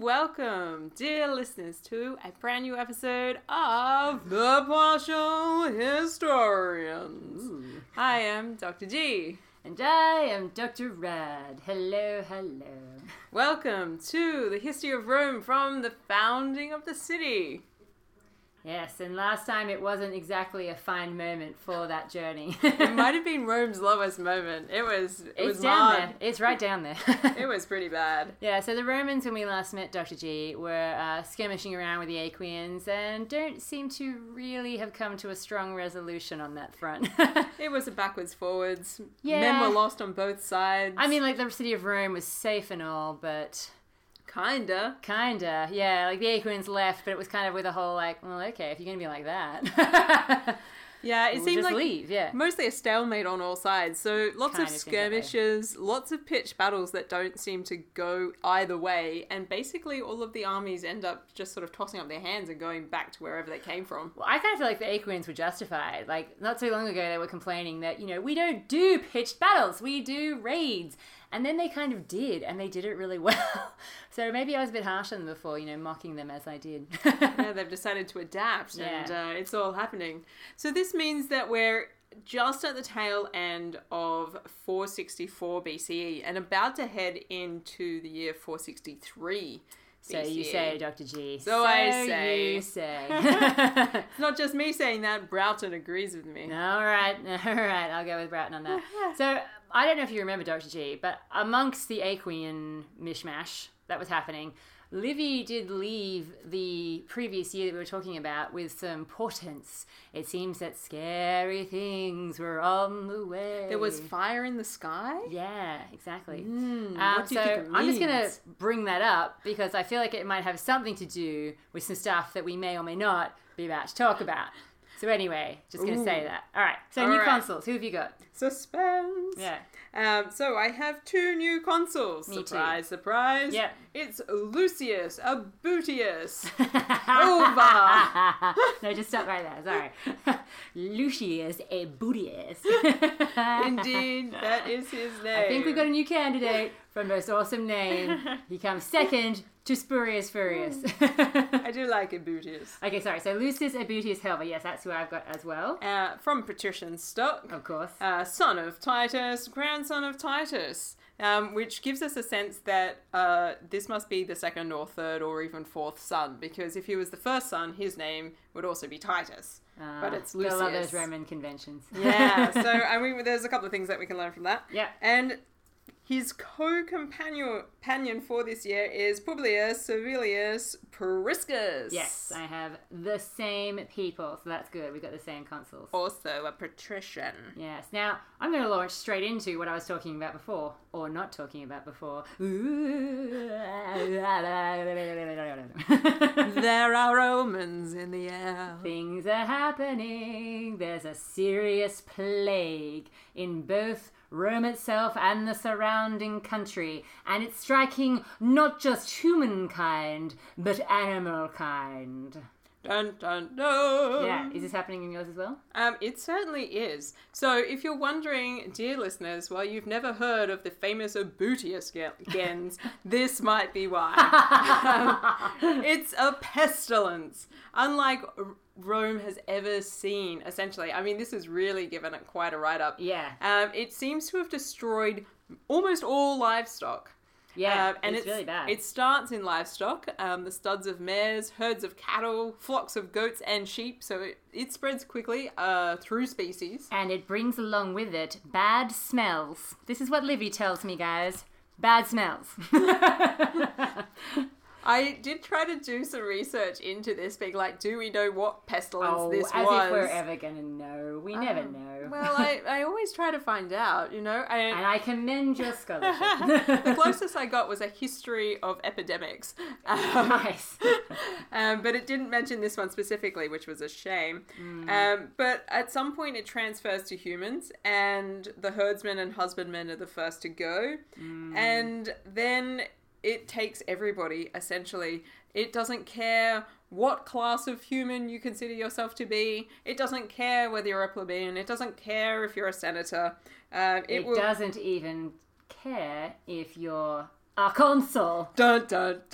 welcome, dear listeners, to a brand new episode of The Partial Historians. I am Dr. G. And I am Dr. Rad. Hello, hello. Welcome to the history of Rome from the founding of the city. Yes, and last time it wasn't exactly a fine moment for that journey. It might have been Rome's lowest moment. It was. It it's was down marred. there. It's right down there. It was pretty bad. yeah, so the Romans, when we last met Dr. G, were uh, skirmishing around with the Aquians and don't seem to really have come to a strong resolution on that front. It was a backwards forwards. Men Yeah. were lost on both sides. I mean, like, the city of Rome was safe and all, but kinda. Kinda, yeah. Like the Aquians left, but it was kind of with a whole like, well, okay, if you're gonna be like that, Yeah, it we'll seemed just like leave, yeah. mostly a stalemate on all sides. So lots Kind of of seems that way. skirmishes, lots of pitched battles that don't seem to go either way, and basically all of the armies end up just sort of tossing up their hands and going back to wherever they came from. Well, I kind of feel like the Aquians were justified. Like not so long ago, they were complaining that you know we don't do pitched battles, we do raids, and then they kind of did, and they did it really well. so maybe I was a bit harsh on them before, you know, mocking them as I did. Yeah, they've decided to adapt, and Yeah. uh, it's all happening. So this means that we're just at the tail end of 464 BCE E and about to head into the year 463. so you BCE. say, Doctor G. So I say. You say. It's not just me saying that. Broughton agrees with me. All right, all right, I'll go with Broughton on that. so I don't know if you remember Dr. G, but amongst the Aquian mishmash that was happening, Livy did leave the previous year that we were talking about with some portents. It seems that scary things were on the way. There was fire in the sky. Yeah, exactly. Mm, what Um, do you so think it I'm just going means? to bring that up because I feel like it might have something to do with some stuff that we may or may not be about to talk about. So anyway, just going to say Ooh. that. All right. So All new right. consuls, who have you got? Suspense. Yeah. Um, so I have two new consuls. Me too. surprise, surprise. Yep. It's Lucius Abutius. Over. no, just stop right there. Sorry. Lucius Ebutius. Indeed, that is his name. I think we've got a new candidate for most awesome name. He comes second to Spurious Furious. I do like Abutius. Okay, sorry. So Lucius Ebutius Helva. Yes, that's who I've got as well. Uh, from patrician stock. Of course. uh, son of Titus, grandson of Titus, um, which gives us a sense that uh, this must be the second or third or even fourth son, because if he was the first son, his name would also be Titus. Uh, but it's gotta love Lucius. those Roman conventions. Yeah, so I mean, there's a couple of things that we can learn from that. Yeah. And his co-companion companion for this year is Publius Servilius Priscus. yes, I have the same people, so that's good. We've got the same consuls. also a patrician. Yes. Now I'm going to launch straight into what I was talking about before, or not talking about before. there are omens in the air. Things are happening. There's a serious plague in both Rome itself and the surrounding country, and it's striking not just humankind, but animal kind. Dun dun dun. Yeah, is this happening in yours as well? Um, it certainly is. So, if you're wondering, dear listeners, why you've never heard of the famous Abutius ge- gens, this might be why. Um, it's a pestilence, unlike R- Rome has ever seen, essentially. I mean, this has really given it quite a write up. Yeah, Um, it seems to have destroyed almost all livestock. yeah, Um, and it's, really bad. It starts in livestock, um, the studs of mares, herds of cattle, flocks of goats and sheep. So it, it spreads quickly uh, through species. and it brings along with it bad smells. This is what Livy tells me, guys. Bad smells. I did try to do some research into this, being like, do we know what pestilence oh, this was? as Oh, if we're ever gonna know. We never know. well, I, I always try to find out, you know. and I, I commend your scholarship. the closest I got was a history of epidemics. Um, nice. Um, but it didn't mention this one specifically, which was a shame. Mm. Um, but at some point, it transfers to humans, and the herdsmen and husbandmen are the first to go. Mm. And then it takes everybody, essentially. It doesn't care what class of human you consider yourself to be, it doesn't care whether you're a plebeian, it doesn't care if you're a senator. Um, it, It will. doesn't even care if you're our consul. Dun dun dun.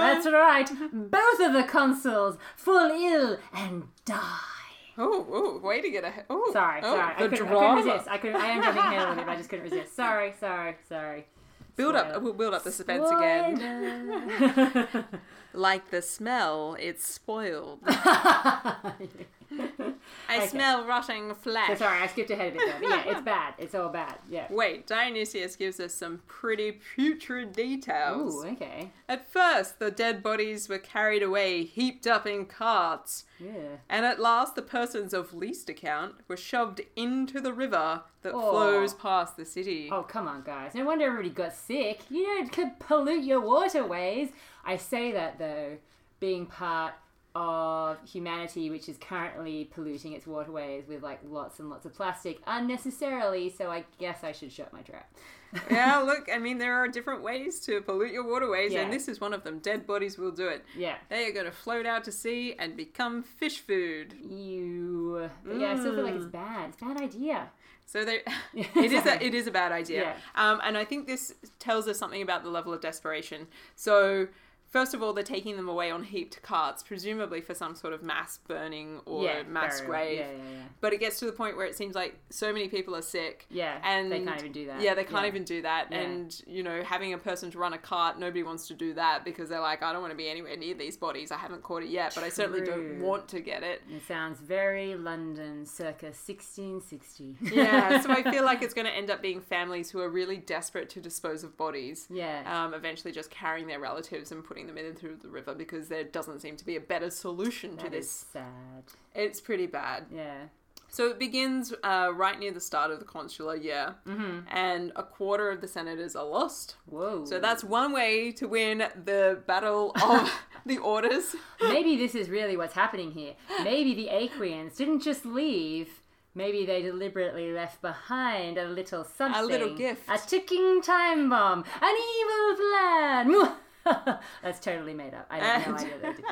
That's right, both of the consuls fall ill and die. Oh, oh, way to get a. Oh, Sorry, oh, sorry. I The couldn't, I drama. couldn't resist. I couldn't. I am jumping ahead a little bit, but I just couldn't resist. Sorry, sorry, sorry. Build Spoiler. up. We'll build up the suspense again. Like the smell, it's spoiled. Spoiler. I Okay. smell rotting flesh. so sorry, I skipped ahead a bit there. But yeah, it's bad. It's all bad. Yeah. Wait, Dionysius gives us some pretty putrid details. Ooh, okay. At first, the dead bodies were carried away, heaped up in carts, Yeah. and at last, the persons of least account were shoved into the river that Oh. flows past the city. Oh, come on, guys. No wonder everybody got sick. You don't c- pollute your waterways. I say that, though, being part of humanity, which is currently polluting its waterways with like lots and lots of plastic unnecessarily, so I guess I should shut my trap. yeah, look, I mean, there are different ways to pollute your waterways, Yeah. and this is one of them. Dead bodies will do it. yeah. They are going to float out to sea and become fish food. You. But yeah, I still feel like it's bad. It's a bad idea. So they, Yeah, it is a sorry. it is a bad idea, Yeah. um, and I think this tells us something about the level of desperation. So. First of all, they're taking them away on heaped carts, presumably for some sort of mass burning or yeah, mass burial. grave. Yeah, yeah, yeah. But it gets to the point where it seems like so many people are sick. Yeah, And they can't even do that. Yeah, they can't even do that. Yeah. And, you know, having a person to run a cart, nobody wants to do that because they're like, I don't want to be anywhere near these bodies. I haven't caught it yet, but I certainly don't True. want to get it. It sounds very London, circa 1660. Yeah, so I feel like it's going to end up being families who are really desperate to dispose of bodies. yeah. Um, eventually, just carrying their relatives and putting them in through the river because there doesn't seem to be a better solution to That is this. sad. It's pretty bad. Yeah. So it begins uh, right near the start of the consular year, Mm-hmm. and a quarter of the senators are lost. Whoa. So that's one way to win the battle of the orders. maybe this is really what's happening here. Maybe the Aquians didn't just leave. Maybe they deliberately left behind a little something. little gift. A ticking time bomb. An evil plan. That's totally made up. I have no And- idea they did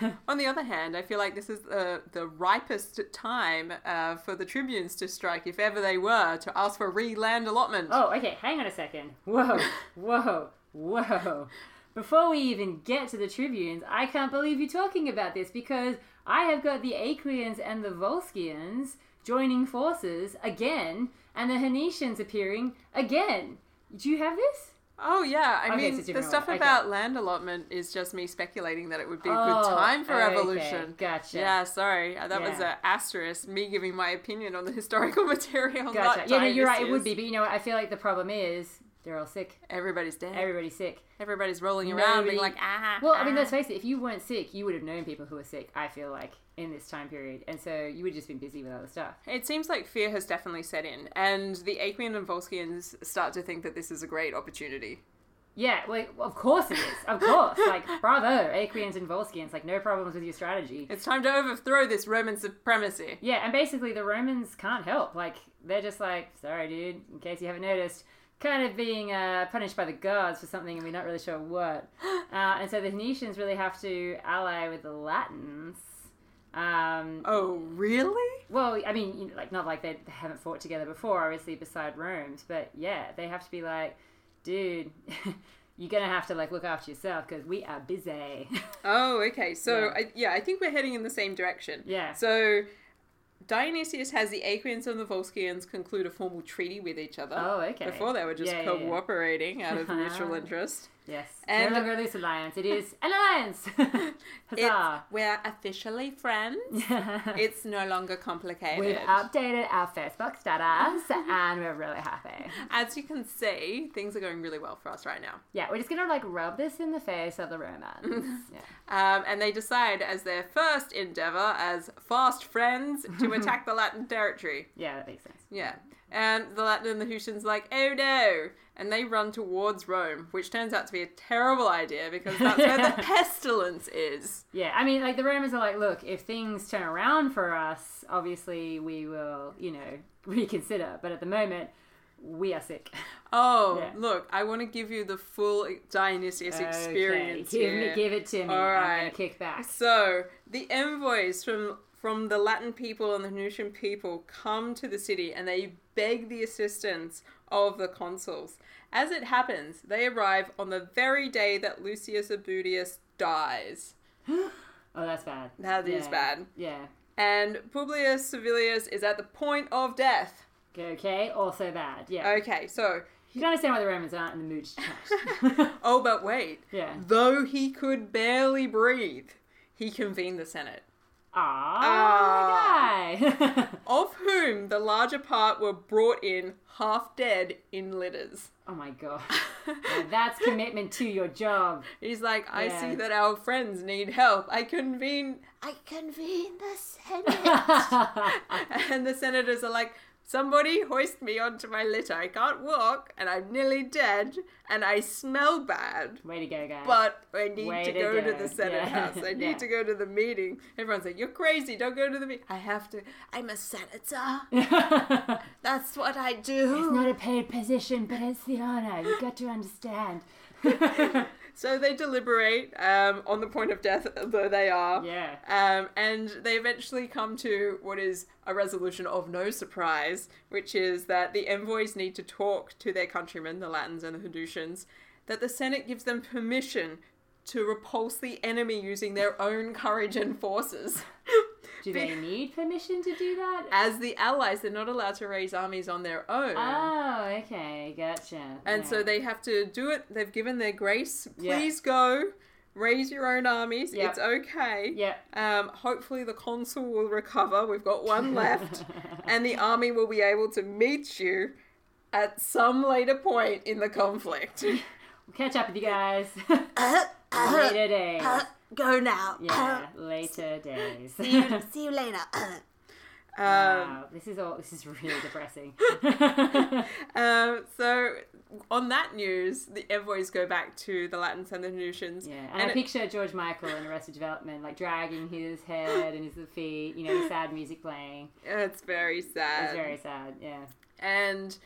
that. On the other hand, I feel like this is the, the ripest time uh, for the tribunes to strike, if ever they were, to ask for re-land allotment. oh, okay. Hang on a second. Whoa, whoa, whoa. Before we even get to the tribunes, I can't believe you're talking about this because I have got the Aquians and the Volscians joining forces again, and the Henetians appearing again. Do you have this? Oh, yeah, I Okay, so mean, it's the different stuff order. Okay. about land allotment is just me speculating that it would be a good Oh, time for okay. evolution. Gotcha. Yeah, sorry, uh, that was Yeah. an asterisk, me giving my opinion on the historical material. Gotcha. Not yeah, no, you're right. It Dionysius. would be, but you know what? I feel like the problem is they're all sick. Everybody's dead. Everybody's sick. Everybody's rolling around, Nobody- being like, ah. Well, I mean, ah." let's face it. If you weren't sick, you would have known people who were sick. I feel like in this time period, and so you would have just been busy with other stuff. It seems like fear has definitely set in, and the Aquian and Volscians start to think that this is a great opportunity. Yeah, well, of course it is. Of course, like bravo, Aquians and Volscians, like no problems with your strategy. It's time to overthrow this Roman supremacy. Yeah, and basically the Romans can't help. Like they're just like, sorry, dude. In case you haven't noticed, kind of being uh, punished by the gods for something, and we're not really sure what. Uh, and so the Venetians really have to ally with the Latins. Um, Oh, really? well, I mean, you know, like not like they they haven't fought together before, obviously, beside Rome's, but yeah, they have to be like, dude, you're gonna have to like look after yourself because we are busy. Oh, okay. So, Yeah. I, yeah, I think we're heading in the same direction. Yeah. So, Dionysius has the Aquians and the Volscians conclude a formal treaty with each other. Oh, okay. Before they were just Yeah, yeah, yeah. cooperating out of mutual interest. Yes. And- no longer a loose alliance. It is an alliance. Huzzah. It's- we're officially friends. It's no longer complicated. We've updated our Facebook status and we're really happy. As you can see, things are going really well for us right now. Yeah, we're just gonna like rub this in the face of the romance. yeah. Um, and they decide, as their first endeavor, as fast friends, to attack the Latin territory. yeah, that makes sense. Yeah. And the Latin and the Hutians like, oh no! And they run towards Rome, which turns out to be a terrible idea because that's where the pestilence is. Yeah, I mean, like the Romans are like, look, if things turn around for us, obviously we will, you know, reconsider. But at the moment, we are sick. Oh, Yeah. look, I want to give you the full e-, Dionysius experience Okay, give, here. me, give it to me. All I'm right. gonna kick back. So the envoys from from the Latin people and the Venusian people come to the city and they beg the assistance of the consuls. As it happens, they arrive on the very day that Lucius Abudius dies. Oh, that's bad. That is Yeah. bad. Yeah. And Publius Servilius is at the point of death. Okay, okay. Also bad. Yeah. Okay, so, You can understand why the Romans aren't in the mood to chat. oh, but wait. yeah. Though he could barely breathe, he convened the Senate, Ah, guy. of whom the larger part were brought in half dead in litters. oh my god. Now that's commitment to your job. He's like, I Yeah. see that our friends need help. I convene. I convene the Senate. and the senators are like, somebody hoist me onto my litter. I can't walk, and I'm nearly dead, and I smell bad. Way to go, guy. But I need Way to to go to go. the Senate Yeah. house. I need Yeah. to go to the meeting. Everyone's like, "You're crazy! Don't go to the meeting." I have to. I'm a senator. it's That's what I do. not a paid position, but it's the honor. You've got to understand. So they deliberate um, on the point of death, though they are. yeah. Um, and they eventually come to what is a resolution of no surprise, which is that the envoys need to talk to their countrymen, the Latins and the Hadusians, that the Senate gives them permission to repulse the enemy using their own courage and forces. Do they need permission to do that? As the allies, they're not allowed to raise armies on their own. Oh, okay. Gotcha. and Yeah. so they have to do it. They've given their grace. Yeah. Please go. Raise your own armies. Yep. It's okay. Yeah. Um, hopefully, the consul will recover. We've got one left, and the army will be able to meet you at some later point in the conflict. We'll catch up with you guys. later days. Uh, Go now. Yeah, later days. Uh, See you later. Uh. Um, wow, this is all. This is really depressing. um, so, on that news, the envoys go back to the Latins and the Venusians. Yeah, and, and I it- picture George Michael in Arrested Development, like dragging his head and his feet, you know, the sad music playing. it's very sad. It's very sad, yeah. and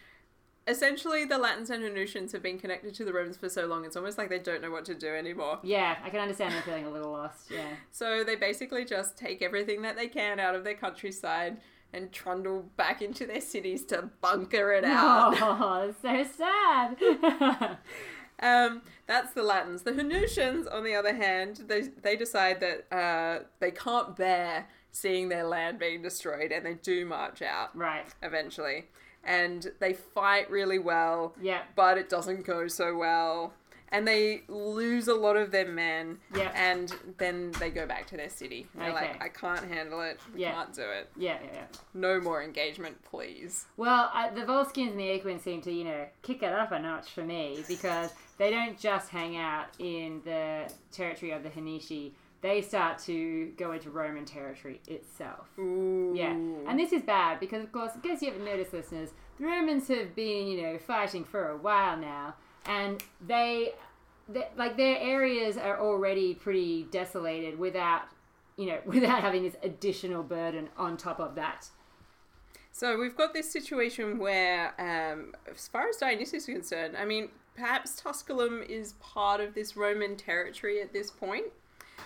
essentially the Latins and Venusians have been connected to the Romans for so long, it's almost like they don't know what to do anymore. Yeah, I can understand them feeling a little lost, yeah. So they basically just take everything that they can out of their countryside and trundle back into their cities to bunker it out. Oh, that's so sad. Um, that's the Latins. The Hanusians, on the other hand, they, they decide that uh, they can't bear seeing their land being destroyed and they do march out right, eventually. And they fight really well. yeah. but it doesn't go so well. And they lose a lot of their men. Yeah. And then they go back to their city. And They're Okay. like, I can't handle it. We Yeah. can't do it. Yeah, yeah, yeah. No more engagement, please. Well, I, the Volskins and the Aquins seem to, you know, kick it up a notch for me because they don't just hang out in the territory of the Hanishi. They start to go into Roman territory itself. Ooh. Yeah, Mm. and this is bad because, of course, in case you haven't noticed, listeners, the Romans have been, you know, fighting for a while now, and they, they like their areas are already pretty desolated without, you know, without having this additional burden on top of that. So we've got this situation where, um, as far as Dionysus is concerned, I mean, perhaps Tusculum is part of this Roman territory at this point.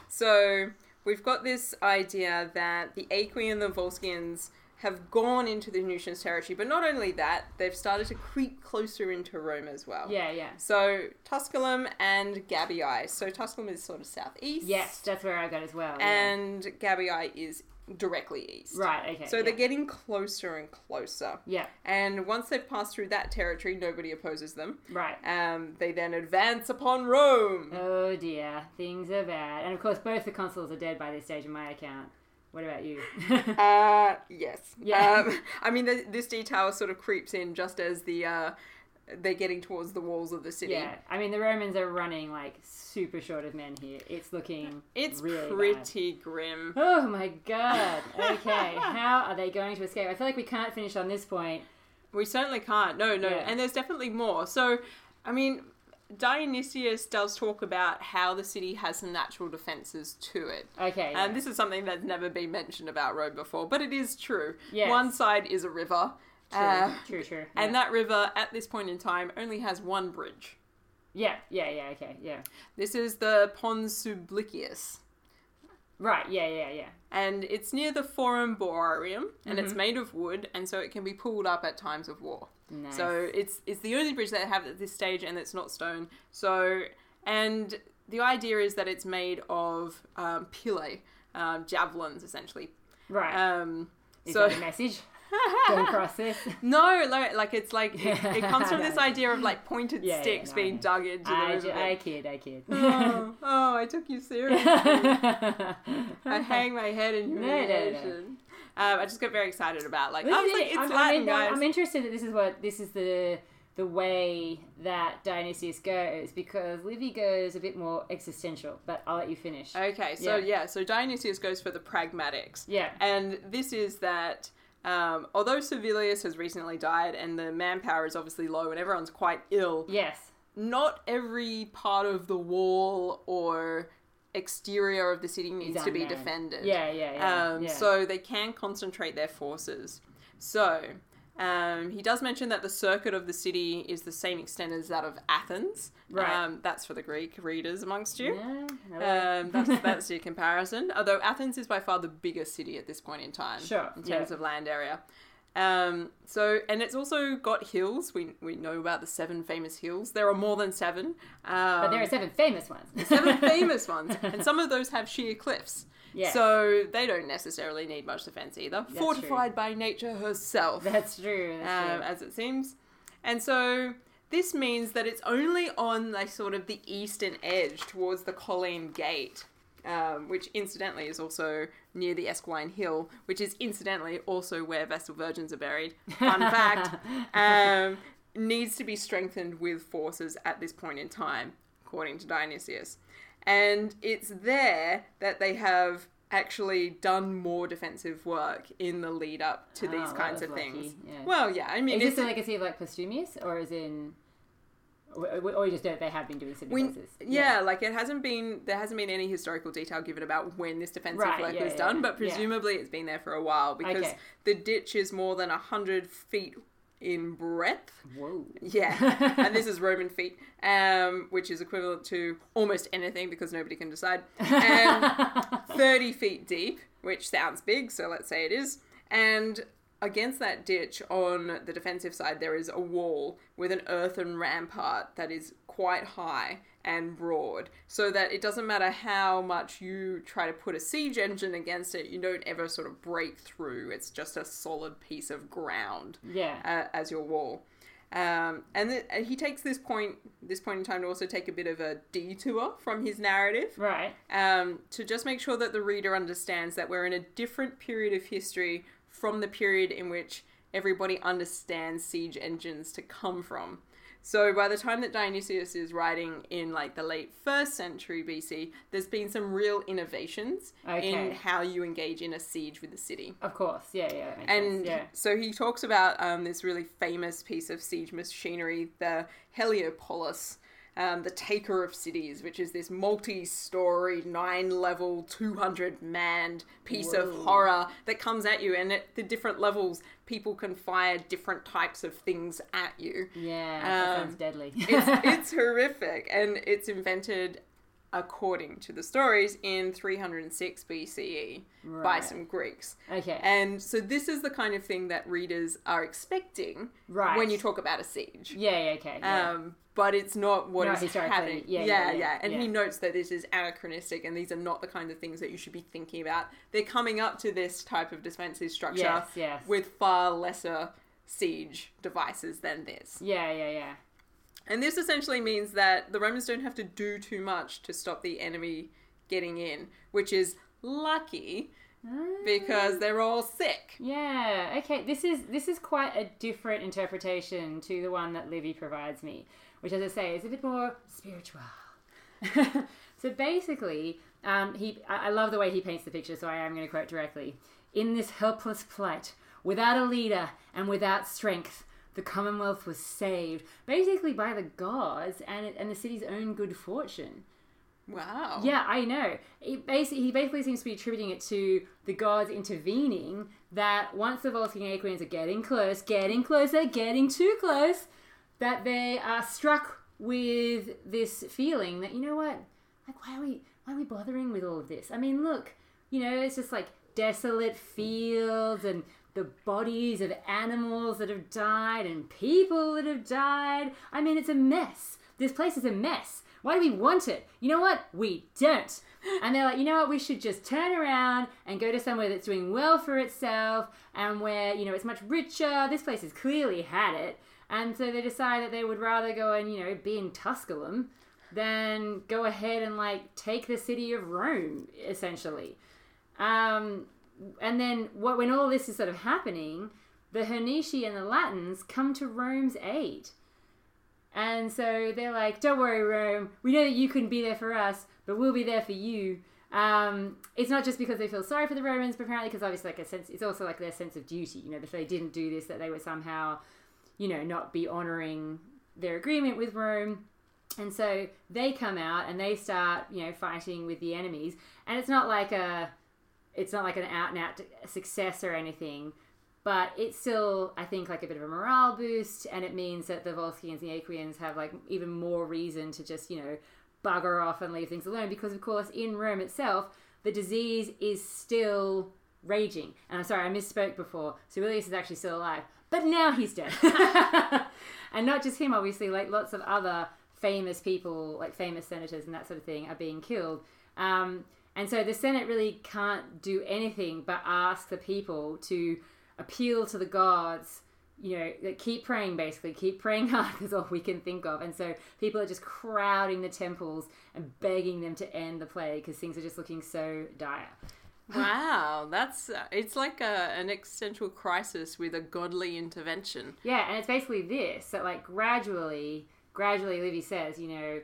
So we've got this idea that the Aequi and the Volscians have gone into the Venusians' territory, but not only that, they've started to creep closer into Rome as well. Yeah, yeah. So Tusculum and Gabii. So Tusculum is sort of southeast. Yes, that's where I got as well. yeah. And Gabii is directly east. right, okay. So yeah. they're getting closer and closer. yeah, And once they've passed through that territory, nobody opposes them. right. Um, they then advance upon Rome. Oh dear, things are bad, and of course both the consuls are dead by this stage in my account. What about you? Uh, yes. Yeah. Um, I mean, th this detail sort of creeps in just as the uh, they're getting towards the walls of the city. Yeah, I mean the Romans are running like super short of men here. It's looking It's really bad. pretty grim. Oh my god. Okay, how are they going to escape? I feel like we can't finish on this point. We certainly can't. No, no. Yeah. And there's definitely more. So, I mean, Dionysius does talk about how the city has some natural defenses to it. Okay. And this is something that's never been mentioned about Rome before, but it is true. Yes. One side is a river. true, uh, true, true. And yeah. that river, at this point in time, only has one bridge. yeah, yeah, yeah, okay, yeah. This is the Pons Sublicius. Right. Yeah. Yeah. Yeah. and it's near the Forum Borarium, and Mm-hmm. it's made of wood, and so it can be pulled up at times of war. Nice. So it's it's the only bridge they have at this stage, and it's not stone. So and the idea is that it's made of um, pile, um, javelins essentially. right. Um, Is so that a message? Don't cross this. no, like, like it's like it, it comes from Yeah. this idea of like pointed Yeah, yeah, sticks no, I being know. dug into the I, river. ju- I kid. I kid. oh, oh, I took you seriously. I hang my head in no, no. humiliation. Um, I just got very excited about like This I was is like, it. it's I'm, Latin, I'm, guys. I'm interested that this is what this is the the way that Dionysius goes because Livy goes a bit more existential. But I'll let you finish. okay, so Yeah. yeah. so Dionysius goes for the pragmatics, yeah. and this is that. Um, although Servilius has recently died and the manpower is obviously low and everyone's quite ill, Yes. not every part of the wall or exterior of the city needs to be unmanned. defended. Yeah. Yeah. Yeah. Um, yeah. So they can concentrate their forces. So um, he does mention that the circuit of the city is the same extent as that of Athens. Right. Um, that's for the Greek readers amongst you. Yeah, hello. Um, that's, that's your comparison. Although Athens is by far the biggest city at this point in time Sure, in terms yeah. of land area. Um, so, and it's also got hills. We, we know about the seven famous hills. There are more than seven. Um, but there are seven famous ones. seven famous ones, and some of those have sheer cliffs. Yeah. So they don't necessarily need much defense either. That's Fortified by nature herself, That's true. That's um, true. as it seems. And so this means that it's only on like sort of the eastern edge towards the Colleen Gate, um, which incidentally is also near the Esquine Hill, which is incidentally also where Vestal Virgins are buried. Fun fact. Um, needs to be strengthened with forces at this point in time, according to Dionysius. And it's there that they have actually done more defensive work in the lead up to Oh, these that kinds was of things. lucky, yeah. Well, yeah, I mean, Is it's, this a legacy of like Postumius, or is in, or, or you just know they have been doing some we- defenses? yeah, like it hasn't been there hasn't been any historical detail given about when this defensive Right, work yeah, was yeah, done, yeah. but presumably it's been there for a while because Okay. the ditch is more than hundred feet in breadth. Whoa. Yeah, and this is Roman feet, um, which is equivalent to almost anything because nobody can decide. And 30 feet deep, which sounds big, so let's say it is. And against that ditch on the defensive side, there is a wall with an earthen rampart that is quite high and broad, so that it doesn't matter how much you try to put a siege engine against it, you don't ever sort of break through. It's just a solid piece of ground yeah. uh, as your wall. Um, and, th- and he takes this point, this point in time, to also take a bit of a detour from his narrative, right. um, to just make sure that the reader understands that we're in a different period of history from the period in which everybody understands siege engines to come from. So by the time that Dionysius is writing in like the late first century BC, there's been some real innovations Okay. in how you engage in a siege with the city. Of course. Yeah. Yeah. that makes sense, And yeah. so he talks about um, this really famous piece of siege machinery, the Heliopolis, um, the taker of cities, which is this multi story, nine level, 200 manned piece of Whoa. horror that comes at you. And at the different levels, people can fire different types of things at you. Yeah. that um, sounds deadly. It's, it's horrific. And it's invented, according to the stories, in 306 BCE E by Right. some Greeks. okay. And so this is the kind of thing that readers are expecting right. when you talk about a siege. Yeah. Yeah. Okay. Yeah. Um, but it's not what Not is historically. happening. Yeah, yeah, yeah, yeah, And yeah. he notes that this is anachronistic, and these are not the kind of things that you should be thinking about. They're coming up to this type of defensive structure yes. Yes. with far lesser siege devices than this. yeah. Yeah. Yeah. And this essentially means that the Romans don't have to do too much to stop the enemy getting in, which is lucky Ah. because they're all sick. Yeah. Okay. This is this is quite a different interpretation to the one that Livy provides me, which, as I say, is a bit more spiritual. so basically, um, he I, I love the way he paints the picture. So I am going to quote directly: "In this helpless plight, without a leader and without strength." The Commonwealth was saved basically by the gods and, and the city's own good fortune. Wow. Yeah, I know. He basically, he basically seems to be attributing it to the gods intervening that once the Volscian Aquians are getting close, getting closer, getting too close, that they are struck with this feeling that, you know what? Like, why are we, why are we bothering with all of this? I mean, look, you know, it's just like desolate fields and the bodies of animals that have died and people that have died. I mean, it's a mess. This place is a mess. Why do we want it? You know what? We don't. And they're like, you know what? We should just turn around and go to somewhere that's doing well for itself and where, you know, it's much richer. This place has clearly had it. And so they decide that they would rather go and, you know, be in Tusculum than go ahead and, like, take the city of Rome, essentially. Um, and then what, when all this is sort of happening, the Hernici and the Latins come to Rome's aid. And so they're like, don't worry, Rome. We know that you couldn't be there for us, but we'll be there for you. Um, it's not just because they feel sorry for the Romans, but apparently because obviously like a sense, it's also like their sense of duty. You know, if they didn't do this, that they would somehow, you know, not be honoring their agreement with Rome. And so they come out and they start, you know, fighting with the enemies. And it's not like a, it's not like an out and out success or anything, but it's still i think like a bit of a morale boost and it means that the volscians and the aquians have like even more reason to just you know bugger off and leave things alone because of course in rome itself the disease is still raging and i'm sorry i misspoke before servilius is actually still alive but now he's dead and not just him obviously like lots of other famous people like famous senators and that sort of thing are being killed um, and so the senate really can't do anything but ask the people to appeal to the gods you know that keep praying basically keep praying hard is all we can think of and so people are just crowding the temples and begging them to end the plague because things are just looking so dire wow that's uh, it's like a, an existential crisis with a godly intervention yeah and it's basically this that like gradually gradually livy says you know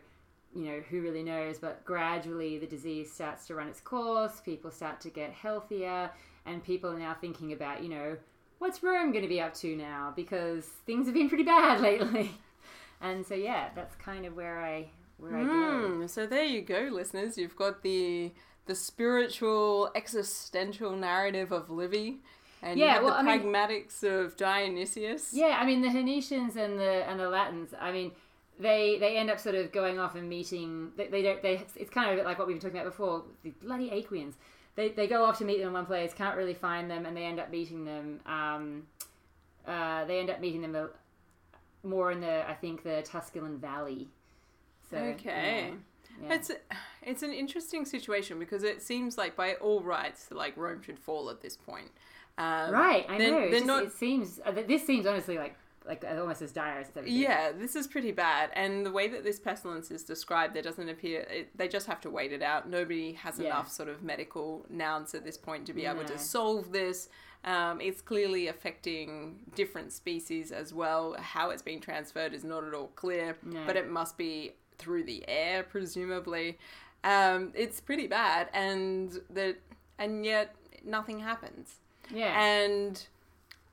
you know who really knows but gradually the disease starts to run its course people start to get healthier and people are now thinking about, you know, what's Rome going to be up to now because things have been pretty bad lately. And so yeah, that's kind of where I where Hmm. mm, I go. So there you go, listeners. You've got the the spiritual existential narrative of Livy. And Yeah, you have well, I the mean- pragmatics of Dionysius. Yeah, I mean the Hernicians and the and the Latins. I mean, they they end up sort of going off and meeting. They, they don't. They it's kind of a bit like what we were talking about before. The bloody Aquians. They they go off to meet them in one place. Can't really find them, and they end up meeting them. Um, uh, they end up meeting them uh, more in the I think the Tusculan Valley. So, Okay. yeah, yeah. It's it's an interesting situation because it seems like by all rights, like Rome should fall at this point. Um, right. I they're- know. they're It's just- not- It seems uh, this seems honestly like like uh, almost as dire as it's ever been. Yeah, this is pretty bad. And the way that this pestilence is described, there doesn't appear, it, they just have to wait it out. Nobody has Yeah. enough sort of medical nouns at this point to be able No. to solve this. Um, it's clearly affecting different species as well. How it's being transferred is not at all clear, No. but it must be through the air, presumably. Um, it's pretty bad, and the, and yet nothing happens. Yeah. And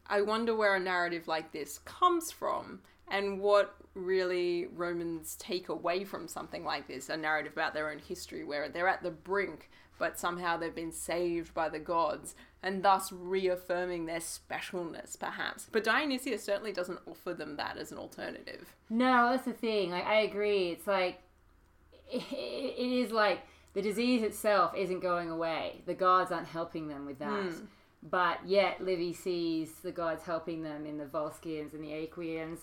I wonder where a narrative like this comes from and what really Romans take away from something like this a narrative about their own history where they're at the brink, but somehow they've been saved by the gods and thus reaffirming their specialness, perhaps. But Dionysius certainly doesn't offer them that as an alternative. No, that's the thing. Like, I agree. It's like it, it is like the disease itself isn't going away. The gods aren't helping them with that. But yet, Livy sees the gods helping them in the Volscians and the Aquians,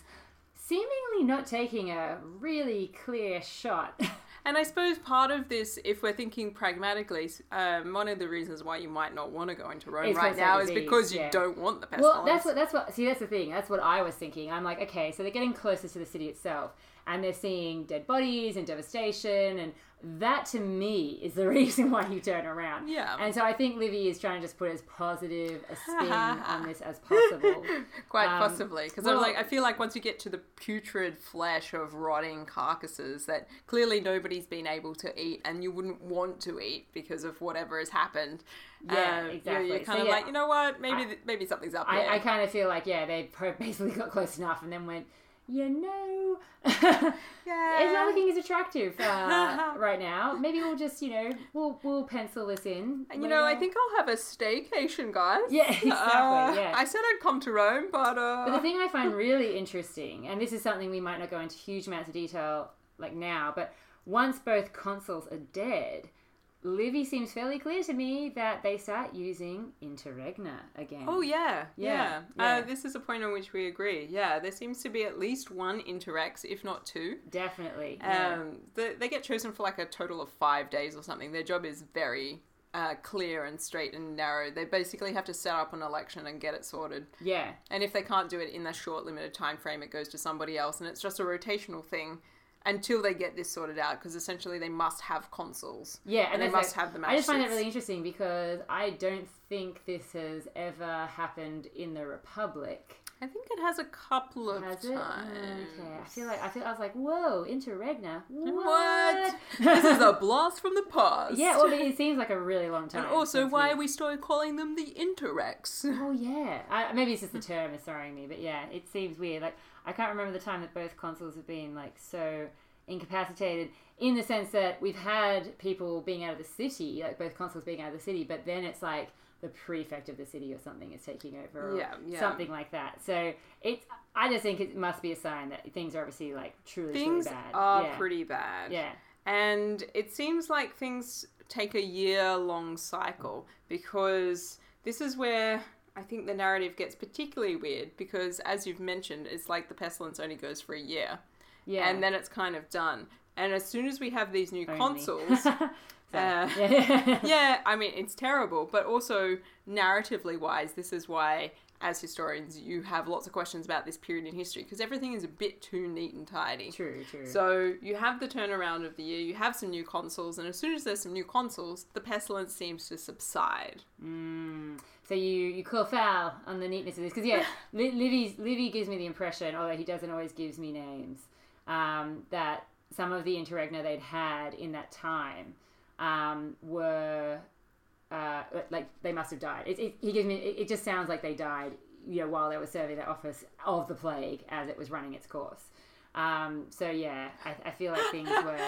seemingly not taking a really clear shot. And I suppose part of this, if we're thinking pragmatically, um, one of the reasons why you might not want to go into Rome Is right because of now is disease, because you yeah. don't want the pestilence. well, that's what that's what. See, that's the thing. That's what I was thinking. I'm like, okay, so they're getting closer to the city itself, and they're seeing dead bodies and devastation, and that to me is the reason why you turn around. Yeah. And so I think Livy is trying to just put as positive a spin on this as possible. quite Um, possibly because well- i'm like i feel like once you get to the putrid flesh of rotting carcasses that clearly nobody's been able to eat and you wouldn't want to eat because of whatever has happened um, Yeah, you- exactly. you're So, kind of yeah. like you know what maybe th- maybe something's up there I, I kind of feel like yeah, they pro- basically got close enough, and then went, you know. It's not looking as attractive uh, right now. Maybe we'll just, you know, we'll we'll pencil this in. and you know, I later." think I'll have a staycation, guys. Yeah, exactly, Uh, yeah. I said I'd come to Rome, but, uh, But the thing I find really interesting, and this is something we might not go into huge amounts of detail like now, but once both consuls are dead, Livy seems fairly clear to me that they start using interregna again. Oh yeah, Yeah, yeah. yeah. Uh, this is a point on which we agree. Yeah, there seems to be at least one interrex, if not two. Definitely. yeah. Um, the, they get chosen for like a total of five days or something. Their job is very uh, clear and straight and narrow. They basically have to set up an election and get it sorted. yeah. And if they can't do it in that short, limited time frame, it goes to somebody else, and it's just a rotational thing until they get this sorted out. Because essentially, they must have consuls. Yeah, and they must that's have the I just find that matches. really interesting because I don't think this has ever happened in the Republic. I think it has a couple of Has it? times. Okay. I feel like I feel I was like, whoa, interregna. What? What? this is a blast from the past. yeah. Well, it seems like a really long time. and also, since why we- we started calling them the Interrex. Oh yeah. I, maybe it's just the term is throwing me, but yeah, it seems weird. Like I can't remember the time that both consuls have been like so incapacitated in the sense that we've had people being out of the city, like both consuls being out of the city, but then it's like the prefect of the city or something is taking over or Yeah, yeah. something like that. So it's I just think it must be a sign that things are obviously like truly Things truly bad. are yeah. pretty bad. yeah. And it seems like things take a year long cycle because this is where I think the narrative gets particularly weird because, as you've mentioned, it's like the pestilence only goes for a year Yeah. and then it's kind of done. And as soon as we have these new Only. consoles, Sorry. uh, yeah. yeah, I mean, it's terrible, but also narratively wise, this is why, as historians, you have lots of questions about this period in history because everything is a bit too neat and tidy. True, true. So you have the turnaround of the year, you have some new consoles, and as soon as there's some new consoles, the pestilence seems to subside. Mm. So you you call foul on the neatness of this because yeah, Li- Livy Livy gives me the impression, although he doesn't always gives me names, um, that some of the interregna they'd had in that time um, were uh, like they must have died. It, it, he gives me it, it just sounds like they died, you know, while they were serving their office of the plague as it was running its course. Um, so yeah, I, I feel like things were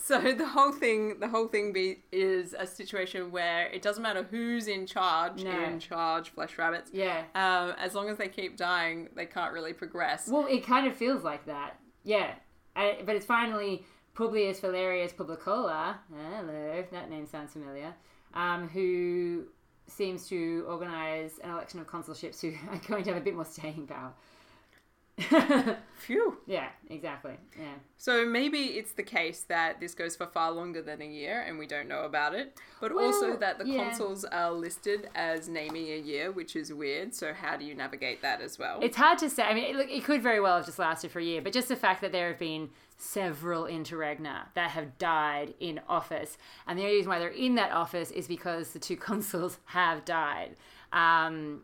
So the whole thing, the whole thing be, is a situation where it doesn't matter who's in charge. No. In charge, flesh rabbits. yeah. Um, as long as they keep dying, they can't really progress. Well, it kind of feels like that. Yeah. I, but it's finally Publius Valerius Publicola. Hello. That name sounds familiar. Um, who seems to organize an election of consulships who are going to have a bit more staying power. Phew. yeah, exactly. Yeah. So maybe it's the case that this goes for far longer than a year and we don't know about it, but Well, also that the yeah. consoles are listed as naming a year, which is weird. So how do you navigate that as well? It's hard to say. I mean, it, look, it could very well have just lasted for a year, but just the fact that there have been several interregna that have died in office, and the only reason why they're in that office is because the two consuls have died. Um,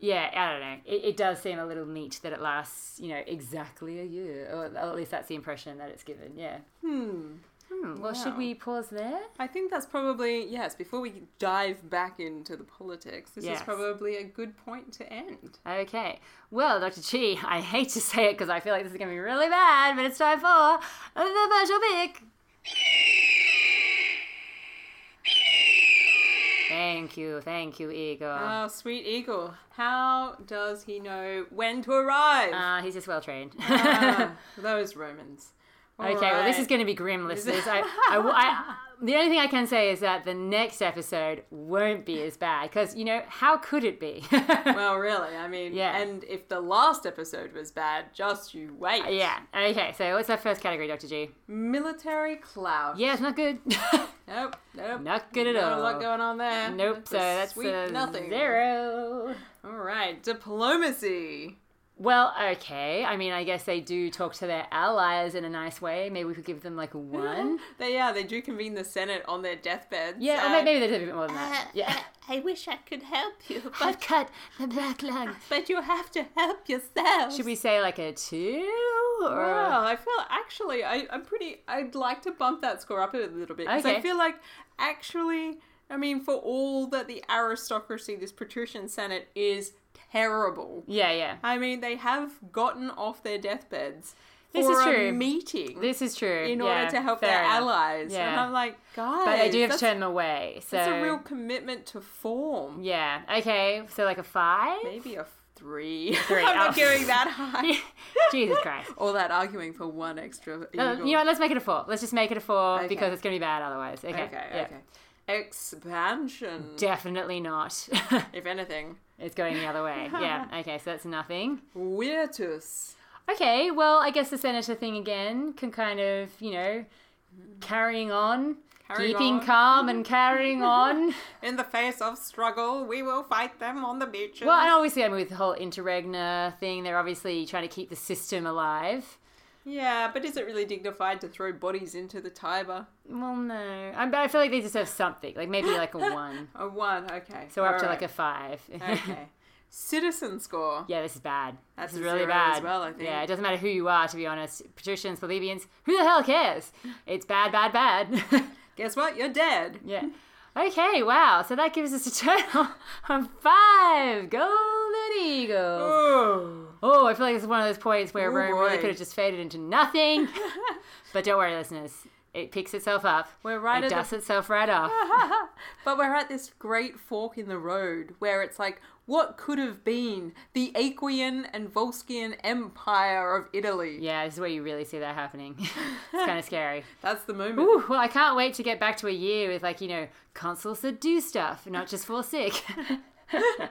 yeah, I don't know. It, it does seem a little neat that it lasts, you know, exactly a year, or, or at least that's the impression that it's given. Yeah. Hmm. Well, should wow. we pause there? I think that's probably yes. Before we dive back into the politics, this Yes. is probably a good point to end. Okay. Well, Dr. Chi, I hate to say it because I feel like this is going to be really bad, but it's time for the virtual pick. Thank you, thank you, Igor. Ah, sweet eagle! How does he know when to arrive? Ah, he's just well trained. um, Ah, those Romans. All okay, well, this is right. going to be grim, listeners. I, I, I- the only thing I can say is that the next episode won't be as bad because, you know, how could it be? Well, really, I mean, Yeah. And if the last episode was bad, just you wait. Uh, yeah, okay, so what's our first category, Dr. G? Military clout. Yeah, it's not good. Nope. Nope. Not good at Not a all. lot going on there. Nope. It's So a that's sweet a nothing. zero. All right. Diplomacy. Well, okay. I mean, I guess they do talk to their allies in a nice way. Maybe we could give them like a one. They yeah, they do convene the Senate on their deathbeds. Yeah, or and- may- maybe they did a bit more than uh, that. Yeah. I wish I could help you, I've cut the black lung. but you have to help yourself. Should we say like a two? Or Wow, I feel actually I, I'm pretty. I'd like to bump that score up a little bit because Okay. I feel like actually, I mean, for all that the aristocracy, this patrician senate is terrible. Yeah, yeah. I mean, they have gotten off their deathbeds This for is a true. meeting This is true. in Yeah, order to help fair their enough. allies, and Yeah. I'm like, guys, But they do have to that's, turn them away. So that's a real commitment to form. Yeah. Okay. So like a five? Maybe a three. Three, I'm not oh. going that high. Jesus Christ. all that arguing for one extra. Uh, eagle. you know what? Let's make it a four. Let's just make it a four Okay. because it's going to be bad otherwise. Okay. Okay, yeah. okay. Expansion. Definitely not. if anything, it's going the other way. Yeah. Okay, so that's nothing. Weirtus. Okay, well, I guess the senator thing again can kind of, you know, carrying on, Carrying keeping on. calm and carrying on. In the face of struggle, we will fight them on the beaches. well, and obviously, I mean, with the whole interregna thing, they're obviously trying to keep the system alive. yeah, but is it really dignified to throw bodies into the Tiber? Well, no, I, but I feel like they deserve something, like maybe like a one. A one, okay. So we're up to Alright. like a five. okay. Citizen score. yeah, this is bad. That's this a is really zero bad. as well, I think. Yeah, it doesn't matter who you are, to be honest. Patricians, plebeians, who the hell cares? It's bad, bad, bad. Guess what? You're dead. Yeah. Okay, wow. So that gives us a total of five Golden Eagles. Oh. Oh, I feel like this is one of those points where Oh, Rome really boy. could have just faded into nothing. but don't worry, listeners. It picks itself up. We're right it at the- dusts itself right off. but we're at this great fork in the road where it's like, what could have been the Aquian and Volscian Empire of Italy? yeah, this is where you really see that happening. it's kind of scary. That's the moment. Ooh, well, I can't wait to get back to a year with, like, you know, consuls that do stuff, not just for sick.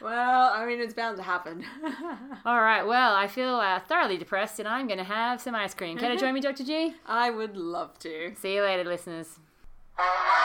Well, I mean, it's bound to happen. All right, well, I feel uh, thoroughly depressed and I'm going to have some ice cream. Can I join me, Dr. G? I would love to. See you Mm-hmm. later, listeners. Thank you.